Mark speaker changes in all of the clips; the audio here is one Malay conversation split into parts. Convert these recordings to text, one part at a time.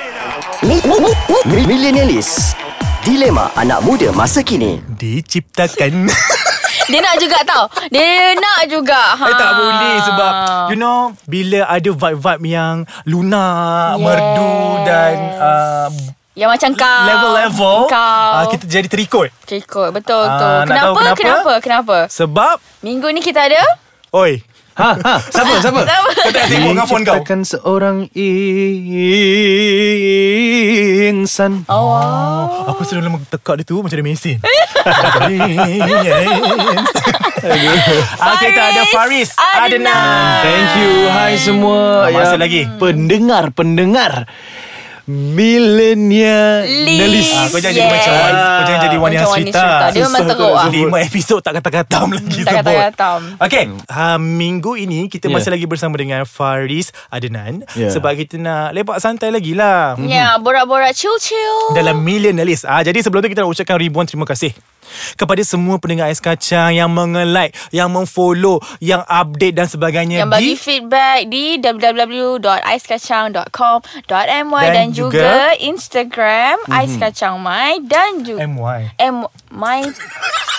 Speaker 1: Mi- mi- mi- mi- Millenialis Dilema anak muda masa kini
Speaker 2: Diciptakan
Speaker 3: Dia nak juga tau Dia nak juga ha.
Speaker 2: Saya Eh, tak boleh sebab
Speaker 3: Ah.
Speaker 2: You know Bila ada vibe-vibe yang Lunak
Speaker 3: Yes.
Speaker 2: Merdu Dan uh,
Speaker 3: Yang macam kau
Speaker 2: Level-level
Speaker 3: Kau
Speaker 2: uh, Kita jadi terikut
Speaker 3: Cikut Betul
Speaker 2: Ah,
Speaker 3: tu
Speaker 2: nak tahu
Speaker 3: kenapa,
Speaker 2: kenapa?
Speaker 3: kenapa Kenapa
Speaker 2: Sebab
Speaker 3: Minggu ni kita ada
Speaker 2: Oi
Speaker 4: Ha ha Siapa
Speaker 2: Ah,
Speaker 4: siapa
Speaker 2: Kau tak sibuk dengan phone kau
Speaker 4: Diciptakan seorang insan
Speaker 3: Oh,
Speaker 2: Aku selalu lama tekak dia tu Macam ada mesin Okay, Ah, kita ada Faris
Speaker 3: Adnan.
Speaker 2: Adnan
Speaker 4: Thank you Hai semua Ya,
Speaker 2: Ah, masih lagi.
Speaker 4: Pendengar-pendengar Milenia
Speaker 3: List.
Speaker 2: Ah, kau jangan jadi
Speaker 3: Yes.
Speaker 2: macam one, kau jangan jadi one
Speaker 3: Macam
Speaker 2: yang
Speaker 3: one
Speaker 2: cerita.
Speaker 3: yang cerita. Dia memang teruk ah.
Speaker 2: Lima episod tak kata-katam lagi
Speaker 3: Tak
Speaker 2: sebut.
Speaker 3: kata-katam.
Speaker 2: Okay, ha, minggu ini kita
Speaker 4: Yeah.
Speaker 2: masih lagi bersama dengan Faris Adnan.
Speaker 4: Yeah. Hmm.
Speaker 2: Sebab kita nak lepak santai lagi lah.
Speaker 3: Ya, borak-borak chill-chill.
Speaker 2: Dalam millionaires ah, Jadi sebelum tu kita nak ucapkan ribuan terima kasih Kepada semua pendengar Ais Kacang Yang mengelike Yang memfollow Yang update dan sebagainya
Speaker 3: yang bagi
Speaker 2: di-
Speaker 3: feedback di www.aiskacang.com.my dan,
Speaker 2: Dan juga
Speaker 3: juga, Instagram mm-hmm. aiskacangmy dan juga
Speaker 2: MY
Speaker 3: M my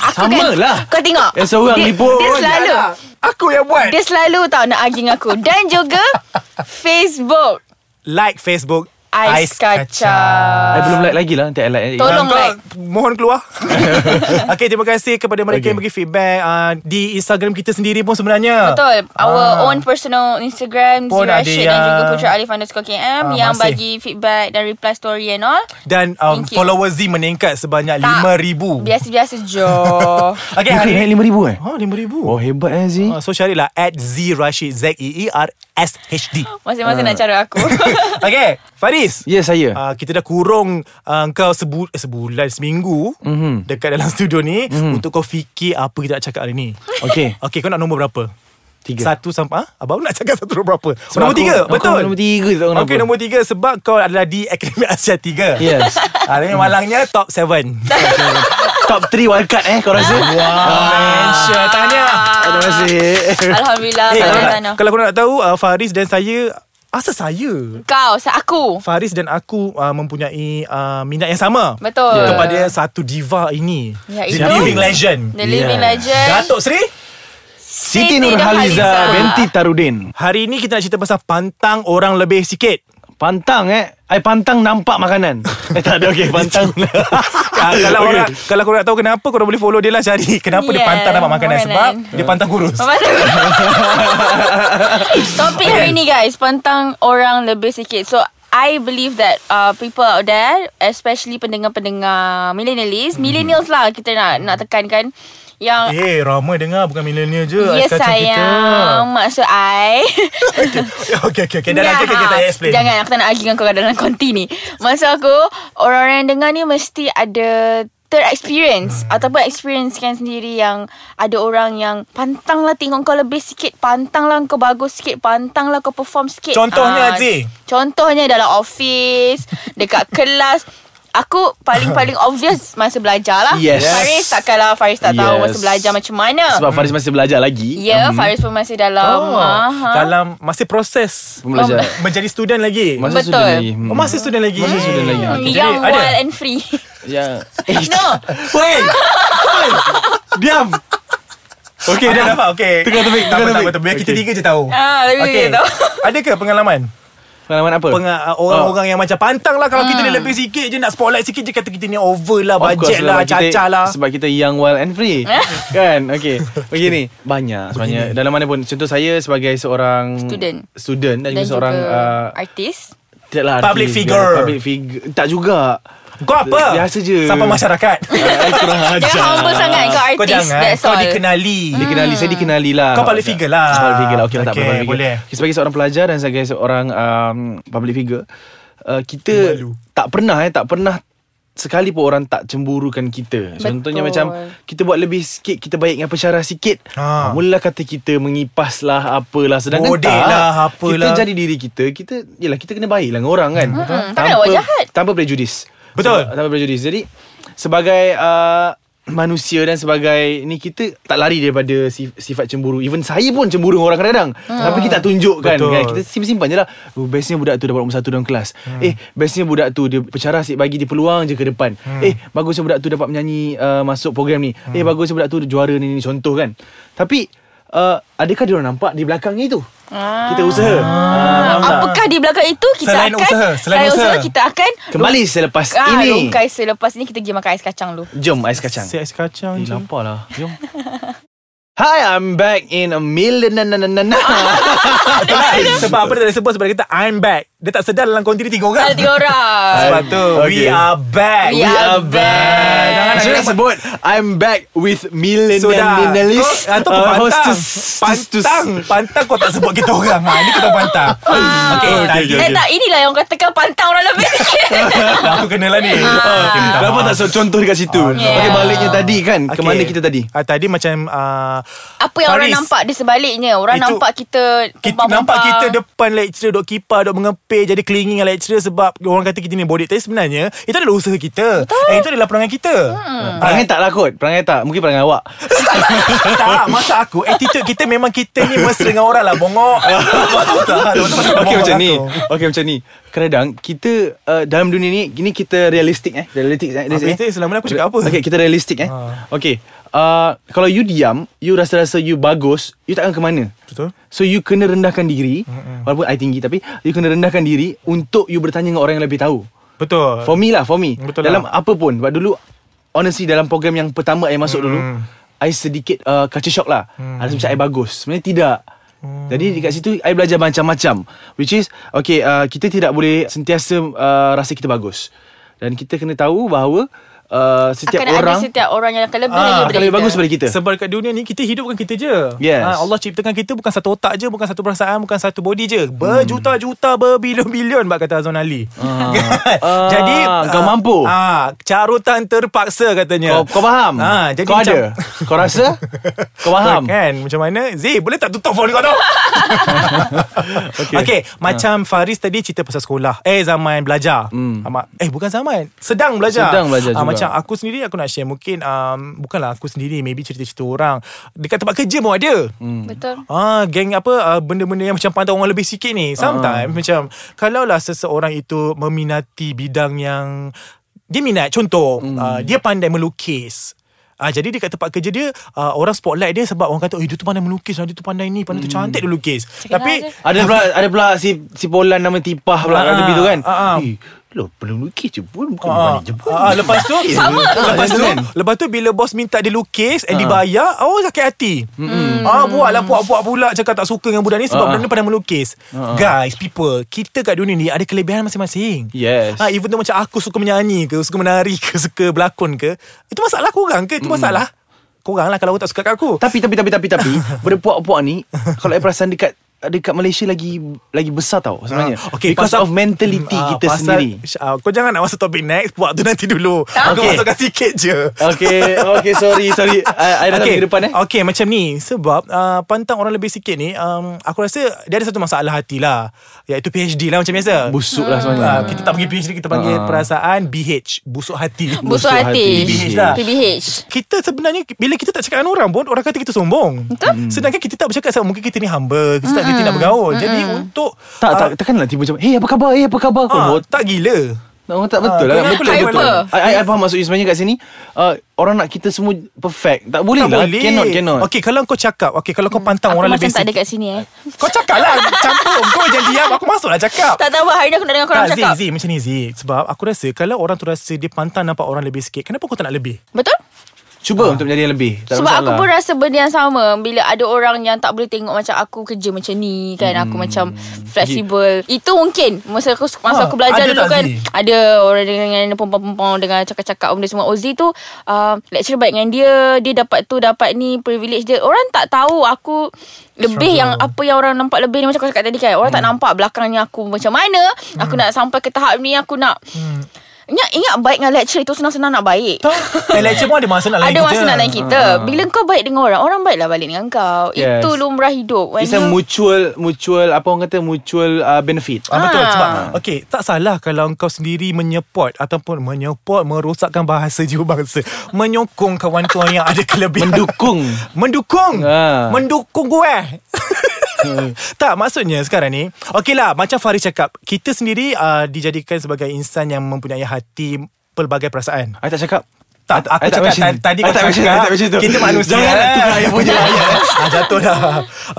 Speaker 3: aku
Speaker 4: Sama
Speaker 3: kan,
Speaker 4: lah.
Speaker 3: Kau tengok.
Speaker 4: Eh, seorang
Speaker 3: dia,
Speaker 4: ni pun.
Speaker 3: Dia selalu.
Speaker 2: Aku yang buat
Speaker 3: Dia selalu tau nak aging aku dan juga Facebook
Speaker 2: Like Facebook
Speaker 3: Ais, Kacang.
Speaker 4: I belum like lagi lah Nanti I like
Speaker 3: Tolong
Speaker 2: Kau
Speaker 3: like.
Speaker 2: Mohon keluar Okay terima kasih Kepada mereka okay.
Speaker 4: Okay.
Speaker 2: yang bagi feedback uh, Di Instagram kita sendiri pun sebenarnya
Speaker 3: Betul Our own personal
Speaker 2: Ah.
Speaker 3: Instagram
Speaker 2: Pun
Speaker 3: Zira
Speaker 2: ada
Speaker 3: Rashid Dan juga
Speaker 2: yang-
Speaker 3: Putra Alif Underscore KM
Speaker 2: Ah,
Speaker 3: Yang
Speaker 2: masih.
Speaker 3: bagi feedback Dan reply story and all
Speaker 2: Dan um,
Speaker 3: Thank you.
Speaker 2: follower Z meningkat Sebanyak
Speaker 3: Tak.
Speaker 2: 5,000
Speaker 3: Biasa-biasa je
Speaker 2: Okay
Speaker 4: Ikut
Speaker 2: hari
Speaker 4: naik
Speaker 2: ini
Speaker 4: lima ribu eh
Speaker 2: Ha 5,000
Speaker 4: Oh hebat eh Zee
Speaker 2: Uh, so carilah At Z E Rashid Z-E-E-R-S-H-D
Speaker 3: Masing-masing
Speaker 2: Ah.
Speaker 3: nak cara aku
Speaker 2: Okay Faris
Speaker 4: Ya saya
Speaker 2: Uh, kita dah kurung uh, kau sebu- eh, sebulan seminggu mm-hmm.
Speaker 4: Mhm.
Speaker 2: dekat dalam studio ni mm-hmm. untuk kau fikir apa kita nak cakap hari ni.
Speaker 4: Okay
Speaker 2: Okay kau nak nombor berapa?
Speaker 4: Tiga
Speaker 2: Satu sampai ah, Abang nak cakap satu nombor berapa Nombor
Speaker 4: Sebab aku-
Speaker 2: tiga
Speaker 4: aku
Speaker 2: Betul
Speaker 4: nombor Ya. tiga, tak tahu
Speaker 2: Okay
Speaker 4: kenapa.
Speaker 2: nombor tiga Sebab kau adalah di Akademi Asia 3
Speaker 4: Yes.
Speaker 2: ah, Tapi malangnya top 7
Speaker 4: Top 3 wildcard eh Kau rasa
Speaker 2: Ah, Insya Tahniah
Speaker 4: Terima kasih
Speaker 3: Alhamdulillah
Speaker 2: Eh, kalau,
Speaker 3: tanah,
Speaker 2: nak,
Speaker 3: tanah.
Speaker 2: kalau korang nak tahu uh, Faris dan saya Asal saya
Speaker 3: Kau sa- Aku
Speaker 2: Faris dan aku uh, Mempunyai uh, Minat yang sama
Speaker 3: Betul.
Speaker 2: Kepada satu diva ini
Speaker 3: Ya,
Speaker 2: The
Speaker 3: itu.
Speaker 2: living legend
Speaker 3: The Living
Speaker 4: Yeah.
Speaker 3: Legend
Speaker 2: Datuk Seri
Speaker 4: Siti Nurhaliza Binti Tarudin
Speaker 2: Hari ni kita nak cerita pasal Pantang orang lebih sikit
Speaker 4: Pantang eh I pantang nampak makanan Eh tak ada okay Pantang
Speaker 2: Ah, kalau okay. orang kalau korang nak tahu kenapa korang boleh follow dia lah cari kenapa yeah, dia
Speaker 3: Yeah,
Speaker 2: pantang dapat makanan
Speaker 3: makanan.
Speaker 2: sebab dia pantang kurus.
Speaker 3: Topik hari ni guys Pantang orang lebih sikit So I believe that uh, people out there Especially pendengar-pendengar Millennials Millennials lah kita nak nak tekankan Yang
Speaker 2: Hmm. Eh, ramai dengar bukan milenial je. ais
Speaker 3: Yes
Speaker 2: kacang kita.
Speaker 3: Ya, sayang Maksud I
Speaker 2: Okey okey okey Eh, dah nanti kita tak payah explain.
Speaker 3: Ya. ah, Jangan aku tak nak argue dengan korang dalam konti ni Maksud aku Orang-orang yang dengar ni mesti ada Third experience
Speaker 2: Hmm.
Speaker 3: Ataupun experience kan sendiri yang Ada orang yang Pantang lah tengok kau lebih sikit Pantang lah kau bagus sikit Pantang lah kau perform sikit
Speaker 2: Contohnya,
Speaker 3: Ah,
Speaker 2: Aziz.
Speaker 3: Contohnya dalam office Dekat kelas Aku paling-paling obvious Masa belajar lah
Speaker 4: Yes.
Speaker 3: Faris takkanlah Faris tak tahu
Speaker 4: Yes.
Speaker 3: Masa belajar macam mana
Speaker 4: Sebab Faris masih belajar lagi Hmm.
Speaker 3: Ya yeah, Faris pun masih dalam
Speaker 2: Hmm. Oh,
Speaker 3: aha.
Speaker 2: dalam masih proses
Speaker 4: Pembelajar
Speaker 2: menjadi student lagi.
Speaker 3: Betul.
Speaker 4: Masa hmm. student lagi
Speaker 2: oh, masih student lagi.
Speaker 4: Masih student lagi.
Speaker 3: Hmm,
Speaker 2: Okey,
Speaker 3: Young,
Speaker 2: jadi,
Speaker 3: wild
Speaker 2: ada.
Speaker 3: and free
Speaker 4: Ya
Speaker 3: Eh, No
Speaker 4: Woi Woi Diam
Speaker 2: Okey, dah dapat. Okey.
Speaker 4: Tukar topik,
Speaker 2: Tak apa, tak apa.
Speaker 4: tukar
Speaker 2: tak
Speaker 4: topik.
Speaker 2: apa. Biar kita
Speaker 4: Okey.
Speaker 2: tiga je tahu.
Speaker 3: Ah, tapi
Speaker 2: Okey.
Speaker 3: kita tahu.
Speaker 2: Ada ke pengalaman?
Speaker 4: Pengalaman apa?
Speaker 2: Peng, uh, orang-orang yang macam pantang lah kalau
Speaker 3: Hmm.
Speaker 2: kita ni lebih sikit je nak spotlight sikit je kata kita ni over lah,
Speaker 4: Of course,
Speaker 2: bajet lah,
Speaker 4: sebab kita-
Speaker 2: cacah lah.
Speaker 4: Sebab kita young, wild and free Kan Okay Begini Banyak sebenarnya Dalam mana pun Contoh saya sebagai seorang
Speaker 3: Student.
Speaker 4: Student Dan,
Speaker 3: Dan
Speaker 4: juga seorang
Speaker 3: juga
Speaker 4: uh,
Speaker 3: Artis
Speaker 4: tidaklah
Speaker 2: Public
Speaker 4: artis,
Speaker 2: figure.
Speaker 4: dia Public figure Tak juga
Speaker 2: Kau apa?
Speaker 4: Biasa je.
Speaker 2: Sampai masyarakat.
Speaker 4: I kurang ajar
Speaker 3: Jangan humble sangat Kau
Speaker 2: kau
Speaker 3: artis
Speaker 2: jangan.
Speaker 3: That's
Speaker 2: kau
Speaker 3: all
Speaker 2: dikenali.
Speaker 4: Dikenali Saya dikenali lah
Speaker 2: Ah. Kau public figure lah.
Speaker 4: Public figure lah Okay lah tak
Speaker 2: Okay,
Speaker 4: apa public
Speaker 2: boleh.
Speaker 4: figure. Sebagai seorang pelajar Dan sebagai seorang um, Public figure uh, Kita
Speaker 2: Malu.
Speaker 4: Tak pernah eh Tak pernah Sekali pun orang tak cemburukan kita Contohnya
Speaker 3: Betul.
Speaker 4: macam Kita buat lebih sikit Kita baik dengan pesara sikit
Speaker 2: Ha.
Speaker 4: ha. Mulalah kata kita Mengipas lah Apalah Sedangkan
Speaker 2: Bodek
Speaker 4: tak
Speaker 2: lah, apalah.
Speaker 4: Kita jadi diri kita Kita Yelah kita kena baik lah dengan orang kan hmm.
Speaker 3: Takkan nak buat jahat.
Speaker 4: Tanpa prejudis
Speaker 2: Betul.
Speaker 4: Tanpa prejudis Jadi Sebagai uh, manusia dan sebagai ni kita tak lari daripada sif- sifat cemburu. Even saya pun cemburu dengan orang kadang-kadang. Hmm. Tapi kita tak tunjukkan
Speaker 2: Betul.
Speaker 4: kan. Kita simpan-simpan je lah. Oh, bestnya budak tu dapat nombor satu dalam kelas. Hmm. Eh, bestnya budak tu dia pencara asyik bagi dia peluang je ke depan. Hmm. Eh, bagusnya budak tu dapat menyanyi uh, masuk program ni. Hmm. Eh, bagusnya budak tu juara ni, ni contoh kan. Tapi uh, adakah dia orang nampak di belakang ni tu? Ah. Kita usaha. Ah.
Speaker 3: Ah, Apakah di belakang itu kita
Speaker 2: Selain
Speaker 3: akan
Speaker 2: usaha, selain usaha.
Speaker 3: kita akan
Speaker 4: Kembali selepas
Speaker 3: ah,
Speaker 4: ini.
Speaker 3: Rungkai selepas ni kita pergi makan ais kacang dulu.
Speaker 4: Jom ais kacang.
Speaker 2: Si ais kacang
Speaker 4: Eh,
Speaker 2: je
Speaker 4: lapar lah. Jom. Hi, I'm back in a million. Na, na, na, na, na.
Speaker 2: Sebab apa dia tak sebut Sebab dia kata I'm back Dia tak sedar dalam konti ni tiga
Speaker 3: Ada
Speaker 2: orang
Speaker 3: tiga orang.
Speaker 2: Sebab tu We
Speaker 4: Okay.
Speaker 2: are back
Speaker 3: We are
Speaker 2: Eh,
Speaker 3: back.
Speaker 2: Jangan nak
Speaker 4: Jangan nak
Speaker 2: kena-
Speaker 4: sebut I'm back with
Speaker 2: Sudah
Speaker 4: millionaires Uh,
Speaker 2: Kau- Atau kau pantang Pantang Pantang kau tak sebut kita orang ha. Ini kita pantang Okay,
Speaker 3: Ah.
Speaker 2: okay,
Speaker 3: Eh tak inilah yang katakan pantang orang lebih
Speaker 2: Aku kena lah ni okay, minta
Speaker 4: Kenapa
Speaker 2: maaf.
Speaker 4: tak sebut contoh dekat situ
Speaker 2: Ah,
Speaker 3: Ah. yeah.
Speaker 4: Okay baliknya tadi kan okay.
Speaker 2: Okay.
Speaker 4: Kemana kita tadi
Speaker 2: Ah, tadi macam uh,
Speaker 3: Apa yang orang nampak di sebaliknya Orang
Speaker 2: Itu-
Speaker 3: nampak kita
Speaker 2: kita
Speaker 3: perempuan-perempuan.
Speaker 2: nampak kita depan lecturer dok kipar dok mengepil jadi kelinging dengan lecturer sebab orang kata kita ni bodoh tapi sebenarnya itu adalah usaha kita Betul. itu adalah perangai kita hmm.
Speaker 4: Perangai tak lah kot Perangai tak Mungkin perangai awak
Speaker 2: tak masa aku attitude kita memang kita ni mesra dengan orang lah bongok tak
Speaker 4: Okay macam ni Okay macam ni Kadang-kadang Kita uh, Dalam dunia ni Ini kita realistik eh Realistik eh realistik,
Speaker 2: itu? Selama ni aku cakap apa?
Speaker 4: Okay kita realistik eh
Speaker 2: Ah.
Speaker 4: Okay uh, Kalau you diam You rasa-rasa you bagus You takkan ke mana
Speaker 2: Betul.
Speaker 4: So you kena rendahkan diri Walaupun I tinggi Tapi You kena rendahkan diri Untuk you bertanya dengan orang yang lebih tahu
Speaker 2: betul
Speaker 4: For me lah For me
Speaker 2: Betul
Speaker 4: Dalam
Speaker 2: lah.
Speaker 4: apa pun Sebab dulu Honestly dalam program yang pertama I masuk dulu
Speaker 2: Hmm.
Speaker 4: I sedikit uh, Culture shock lah hmm. Rasa macam I bagus Sebenarnya tidak
Speaker 2: Hmm.
Speaker 4: jadi dekat situ I belajar macam-macam Which is Okay uh, Kita tidak boleh Sentiasa uh, Rasa kita bagus Dan kita kena tahu bahawa uh, Setiap
Speaker 3: Akan
Speaker 4: orang
Speaker 3: ada setiap orang yang akan
Speaker 2: Ah,
Speaker 3: lebih lagi
Speaker 4: Akan
Speaker 3: daripada
Speaker 4: lebih
Speaker 3: kita.
Speaker 4: bagus daripada kita
Speaker 2: Sebab dekat dunia ni Kita hidupkan kita je
Speaker 4: Yes.
Speaker 2: Ah, Allah ciptakan kita Bukan satu otak je Bukan satu perasaan Bukan satu body je Berjuta-juta Berbilion-bilion Bak kata Azwan Ali Kan?
Speaker 4: Ah,
Speaker 2: Jadi
Speaker 4: kau
Speaker 2: ah,
Speaker 4: mampu.
Speaker 2: ah, Carutan terpaksa katanya
Speaker 4: Kau, kau faham
Speaker 2: Ah, jadi
Speaker 4: Kau
Speaker 2: macam,
Speaker 4: ada Kau rasa Kau faham
Speaker 2: Kan macam mana Zee boleh tak tutup phone kau tu Okay, okay
Speaker 4: Ha.
Speaker 2: Macam Faris tadi cerita pasal sekolah Eh zaman belajar hmm. Eh bukan zaman Sedang belajar
Speaker 4: Sedang belajar
Speaker 2: Ah,
Speaker 4: juga.
Speaker 2: Macam aku sendiri Aku nak share Mungkin um, Bukanlah aku sendiri Maybe cerita-cerita orang Dekat tempat kerja pun ada hmm.
Speaker 3: Betul
Speaker 2: Ah, geng apa uh, benda-benda yang macam pandang orang lebih sikit ni. Sometimes uh. macam kalaulah seseorang itu meminati bidang yang dia minat contoh mm. uh, dia pandai melukis. Ah jadi dekat tempat kerja dia uh, orang spotlight dia sebab orang kata oh dia tu pandai melukis, ah, dia tu pandai ni, pandai tu cantik dia lukis.
Speaker 3: Cakap lah
Speaker 2: Tapi
Speaker 3: je.
Speaker 4: Ada pula ada pula si si Polan nama tipah pula
Speaker 2: Ah,
Speaker 4: kata gitu kan.
Speaker 2: ah, ah.
Speaker 4: Eh, lo belum lukis je pun bukan
Speaker 2: Ah,
Speaker 4: balik je pun.
Speaker 2: ah, lepas tu
Speaker 4: Sama.
Speaker 2: Lepas tu
Speaker 4: Kan?
Speaker 2: Lepas tu bila bos minta dia lukis And dibayar Oh sakit hati Ah Buat lah puak-puak pula Cakap tak suka dengan budak ni Sebab
Speaker 4: Ah.
Speaker 2: budak ni pandai melukis Guys people Kita kat dunia ni Ada kelebihan masing-masing
Speaker 4: Yes.
Speaker 2: ah, Even tu macam aku suka menyanyi ke Suka menari ke Suka berlakon ke Itu masalah korang ke Itu masalah Korang lah kalau korang tak suka kat aku
Speaker 4: Tapi tapi tapi tapi tapi benda puak-puak ni kalau saya perasan dekat dekat Malaysia lagi lagi besar tau sebenarnya.
Speaker 2: Ah,
Speaker 4: Because
Speaker 2: pasal-
Speaker 4: of mentality
Speaker 2: Hmm, ah,
Speaker 4: kita
Speaker 2: pasal,
Speaker 4: sendiri.
Speaker 2: ah, Kau jangan nak masuk topik next Buat tu nanti dulu Aku
Speaker 4: Okay.
Speaker 2: masukkan sikit je
Speaker 4: Okay, okay, sorry, sorry. I, I dalam minggu depan eh.
Speaker 2: Okay macam ni Sebab uh, Pantang orang lebih sikit ni um, Aku rasa Dia ada satu masalah hati lah Iaitu PhD lah macam biasa
Speaker 4: Busuk lah
Speaker 2: Ah,
Speaker 4: sebenarnya.
Speaker 2: Kita tak panggil PhD Kita panggil
Speaker 4: Ah.
Speaker 2: perasaan BH Busuk hati
Speaker 3: Busuk hati
Speaker 2: PBH lah.
Speaker 3: PBH
Speaker 2: kita sebenarnya bila kita tak cakap dengan orang pun orang kata kita sombong. Betul?
Speaker 4: Hmm.
Speaker 2: Sedangkan kita tak bercakap sama mungkin kita ni humble, kita tak kita nak bergaul. Jadi untuk
Speaker 4: Tak, tak,
Speaker 2: ah,
Speaker 4: takkanlah tiba macam Hey apa khabar, hey apa khabar Kau
Speaker 2: ah,
Speaker 4: Oh, buat
Speaker 2: tak gila.
Speaker 4: Orang tak
Speaker 2: Ah,
Speaker 4: betul lah
Speaker 2: kenapa
Speaker 4: Betul
Speaker 3: lah
Speaker 4: betul
Speaker 3: kenapa?
Speaker 4: I, I, I faham maksud you sebenarnya kat sini uh, Orang nak kita semua perfect Tak boleh
Speaker 2: Tak
Speaker 4: lah
Speaker 2: boleh.
Speaker 4: Cannot cannot
Speaker 2: Okay kalau kau cakap, okay kalau kau pantang
Speaker 3: Aku
Speaker 2: orang
Speaker 3: macam
Speaker 2: lebih
Speaker 3: tak ada
Speaker 2: sikit.
Speaker 3: kat sini eh
Speaker 2: Kau cakap lah campur. Kau jangan diam, aku masuklah cakap.
Speaker 3: Tak tahu hari ni aku nak dengar korang
Speaker 2: tak,
Speaker 3: cakap
Speaker 2: Zee, Zee, macam ni Zee Sebab aku rasa Kalau orang tu rasa Dia pantang nampak orang lebih sikit Kenapa kau tak nak lebih?
Speaker 3: Betul?
Speaker 4: Cuba untuk menjadi yang lebih tak ada
Speaker 3: Sebab aku
Speaker 4: masalah.
Speaker 3: pun rasa benda yang sama Bila ada orang yang tak boleh tengok Macam aku kerja macam ni kan Aku
Speaker 2: Hmm.
Speaker 3: macam fleksibel Itu mungkin Masa aku
Speaker 2: Ah,
Speaker 3: masa aku belajar
Speaker 2: ada
Speaker 3: dulu
Speaker 2: tak,
Speaker 3: kan
Speaker 2: Zee?
Speaker 3: Ada orang dengan perempuan-perempuan Dengan cakap-cakap benda semua Ozi tu uh, Lecturer baik dengan dia Dia dapat tu dapat ni Privilege dia Orang tak tahu aku Lebih yang apa yang orang nampak lebih ni Macam
Speaker 2: Hmm. Hmm.
Speaker 3: aku cakap tadi kan Orang tak nampak belakangnya aku macam mana Aku nak sampai ke tahap ni Aku nak Ingat, ingat baik dengan lecturer itu senang-senang nak baik.
Speaker 2: Tak Eh lecture pun ada masa nak lain
Speaker 3: Ada
Speaker 2: kita
Speaker 4: lah.
Speaker 3: masa nak lain kita. Bila kau baik dengan orang, orang baiklah balik dengan kau.
Speaker 4: Ah. Yes.
Speaker 3: Itu lumrah hidup. When
Speaker 4: It's a
Speaker 3: you-
Speaker 4: mutual Mutual Apa orang kata Mutual uh, benefit
Speaker 2: Ah, betul
Speaker 3: Ah.
Speaker 2: sebab okey tak salah kalau kau sendiri menyepot ataupun menyepot merosakkan bahasa jiwa bangsa menyokong kawan kau yang ada kelebihan
Speaker 4: Mendukung
Speaker 2: mendukung
Speaker 4: Ah.
Speaker 2: mendukung gue tak maksudnya sekarang ni Okey lah macam Faris cakap Kita sendiri uh, dijadikan sebagai insan yang mempunyai hati pelbagai perasaan
Speaker 4: I tak cakap
Speaker 2: tak,
Speaker 4: I
Speaker 2: aku
Speaker 4: tak
Speaker 2: cakap
Speaker 4: mention.
Speaker 2: tadi, tadi
Speaker 4: I
Speaker 2: kau
Speaker 4: tak mention, I
Speaker 2: cakap
Speaker 4: tak mention tu.
Speaker 2: Kita manusia
Speaker 4: Jangan nak tukar ayat punya ayat.
Speaker 2: ah, Jatuh dah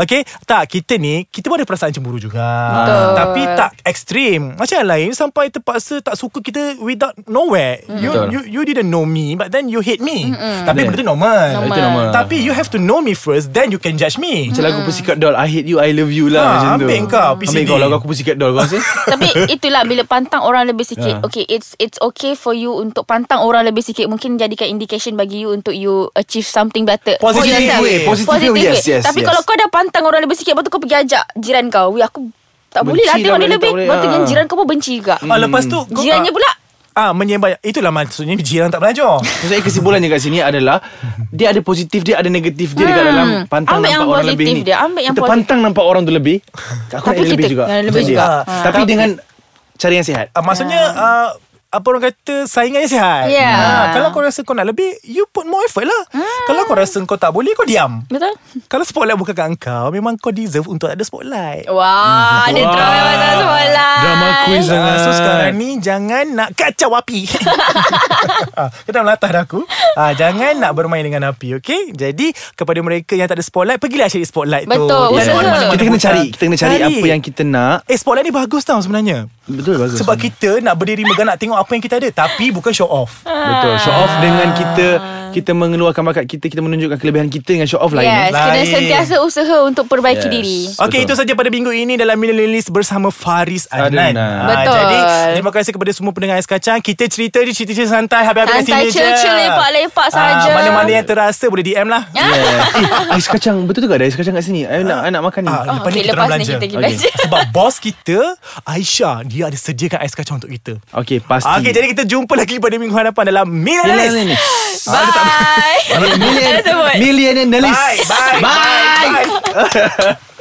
Speaker 2: Okay Tak kita ni Kita pun ada perasaan cemburu juga
Speaker 3: Betul.
Speaker 2: Tapi tak ekstrim Macam yang lain Sampai terpaksa tak suka kita Without nowhere you,
Speaker 4: Betul.
Speaker 2: you you didn't know me But then you hate me Tapi
Speaker 4: Yeah.
Speaker 2: benda tu normal
Speaker 3: Normal.
Speaker 4: Itu nama
Speaker 2: Tapi you have to know me first Then you can judge me
Speaker 4: Macam lagu
Speaker 3: Ah.
Speaker 4: Pussycat Doll I hate you I love you lah
Speaker 2: Ah,
Speaker 4: Macam tu
Speaker 2: ambil kau, PCD.
Speaker 4: Ambil kau lagu aku Pussycat Doll Kau rasa
Speaker 3: Tapi itulah bila pantang orang lebih sikit.
Speaker 4: Ah.
Speaker 3: Okay, it's it's okay for you untuk pantang orang lebih sikit. Mungkin jadikan indication bagi you untuk you achieve something better.
Speaker 2: Positive
Speaker 3: For yourself.
Speaker 2: way,
Speaker 4: positive way, yes, yes,
Speaker 3: Tapi
Speaker 4: yes.
Speaker 3: kalau kau dah pantang orang lebih sikit, lepas tu kau pergi ajak jiran kau. Weh, aku tak
Speaker 4: Benci
Speaker 3: boleh lah tengok
Speaker 4: lah
Speaker 3: dia
Speaker 4: Hmm. boleh,
Speaker 3: lebih.
Speaker 4: tak boleh,
Speaker 3: Lepas tu
Speaker 4: ah.
Speaker 3: yang jiran kau pun benci juga.
Speaker 2: ah, Lepas tu kau-
Speaker 3: Jirannya pula.
Speaker 2: Ah, menyebab Itulah maksudnya Jiran tak belajar
Speaker 4: Maksudnya kesimpulannya kat sini adalah Dia ada positif Dia ada negatif Dia dekat dalam
Speaker 3: Hmm.
Speaker 4: Pantang
Speaker 3: Ambil
Speaker 4: nampak
Speaker 3: yang
Speaker 4: orang
Speaker 3: positif
Speaker 4: lebih ni
Speaker 3: dia, ambil yang
Speaker 4: Kita
Speaker 3: positif.
Speaker 4: pantang nampak orang tu lebih Aku nak
Speaker 3: Tapi
Speaker 4: yang lebih
Speaker 3: kita
Speaker 4: juga
Speaker 3: yang lebih
Speaker 4: Macam
Speaker 3: juga.
Speaker 4: dia.
Speaker 2: Ah.
Speaker 4: Tapi dengan Cara yang sihat
Speaker 2: uh, Maksudnya
Speaker 3: Ya.
Speaker 2: uh, Apa orang kata Saingannya sihat
Speaker 3: Yeah.
Speaker 2: Ah, Kalau kau rasa kau nak lebih You put more effort lah
Speaker 3: Ah.
Speaker 2: Kalau kau rasa kau tak boleh Kau diam
Speaker 3: Betul?
Speaker 2: Kalau spotlight bukan kat kau Memang kau deserve Untuk ada spotlight
Speaker 3: Wah, ada
Speaker 4: Wah.
Speaker 3: drama betul sekolah.
Speaker 4: Drama
Speaker 3: Ya.
Speaker 4: queen
Speaker 2: Ah,
Speaker 4: sangat
Speaker 2: So sekarang ni Jangan nak kacau api Ah, Kau dah melatah dah aku Ah, Jangan nak bermain dengan api Okay Jadi Kepada mereka yang tak ada spotlight Pergilah cari spotlight tu
Speaker 3: Betul,
Speaker 2: Jangan
Speaker 3: usaha.
Speaker 2: mana-mana
Speaker 4: Kita kena
Speaker 2: butang.
Speaker 4: cari Kita kena cari apa yang kita nak
Speaker 2: Eh spotlight ni bagus tau sebenarnya
Speaker 4: Betul bagus
Speaker 2: Sebab kita nak berdiri megah Nak tengok apa yang kita ada Tapi bukan show off
Speaker 4: Betul Show off
Speaker 2: Ah.
Speaker 4: dengan kita Kita mengeluarkan bakat kita Kita menunjukkan kelebihan kita Dengan show off lain
Speaker 3: Yes,
Speaker 4: eh.
Speaker 3: kena
Speaker 2: Lain.
Speaker 3: sentiasa usaha untuk perbaiki
Speaker 4: Yes.
Speaker 3: diri.
Speaker 2: Okey itu
Speaker 4: Betul.
Speaker 2: saja pada minggu ini dalam Millennial List bersama Faris Adnan.
Speaker 4: Adnan.
Speaker 2: Ah,
Speaker 3: Betul.
Speaker 2: jadi terima kasih kepada semua pendengar Ais Kacang. Kita cerita je cerita-cerita santai habis-habis
Speaker 3: Santai,
Speaker 2: kat sini je.
Speaker 3: chill-chill, lepak-lepak
Speaker 2: Ah,
Speaker 3: saja. Ya.
Speaker 2: Mana-mana yang terasa boleh DM lah.
Speaker 4: Yeah. Eh, ais kacang Betul tu ke ada ais kacang kat sini I nak, I nak makan ni
Speaker 2: Ah,
Speaker 3: Oh,
Speaker 2: lepas ni
Speaker 3: okey,
Speaker 2: kita
Speaker 3: lepas
Speaker 2: orang
Speaker 3: ni
Speaker 2: belanja.
Speaker 3: kita pergi belanja.
Speaker 2: Okey. Sebab bos kita Aisyah dia ada sediakan ais kacang untuk kita.
Speaker 4: Okay pasti
Speaker 2: Okey jadi kita jumpa lagi pada minggu hadapan dalam Millennial
Speaker 4: Millennial
Speaker 2: List.
Speaker 4: List.
Speaker 3: Bye.
Speaker 4: Million,
Speaker 3: Tak sebut.
Speaker 4: million analyst.
Speaker 2: Bye. Bye. Bye. bye.
Speaker 4: Bye.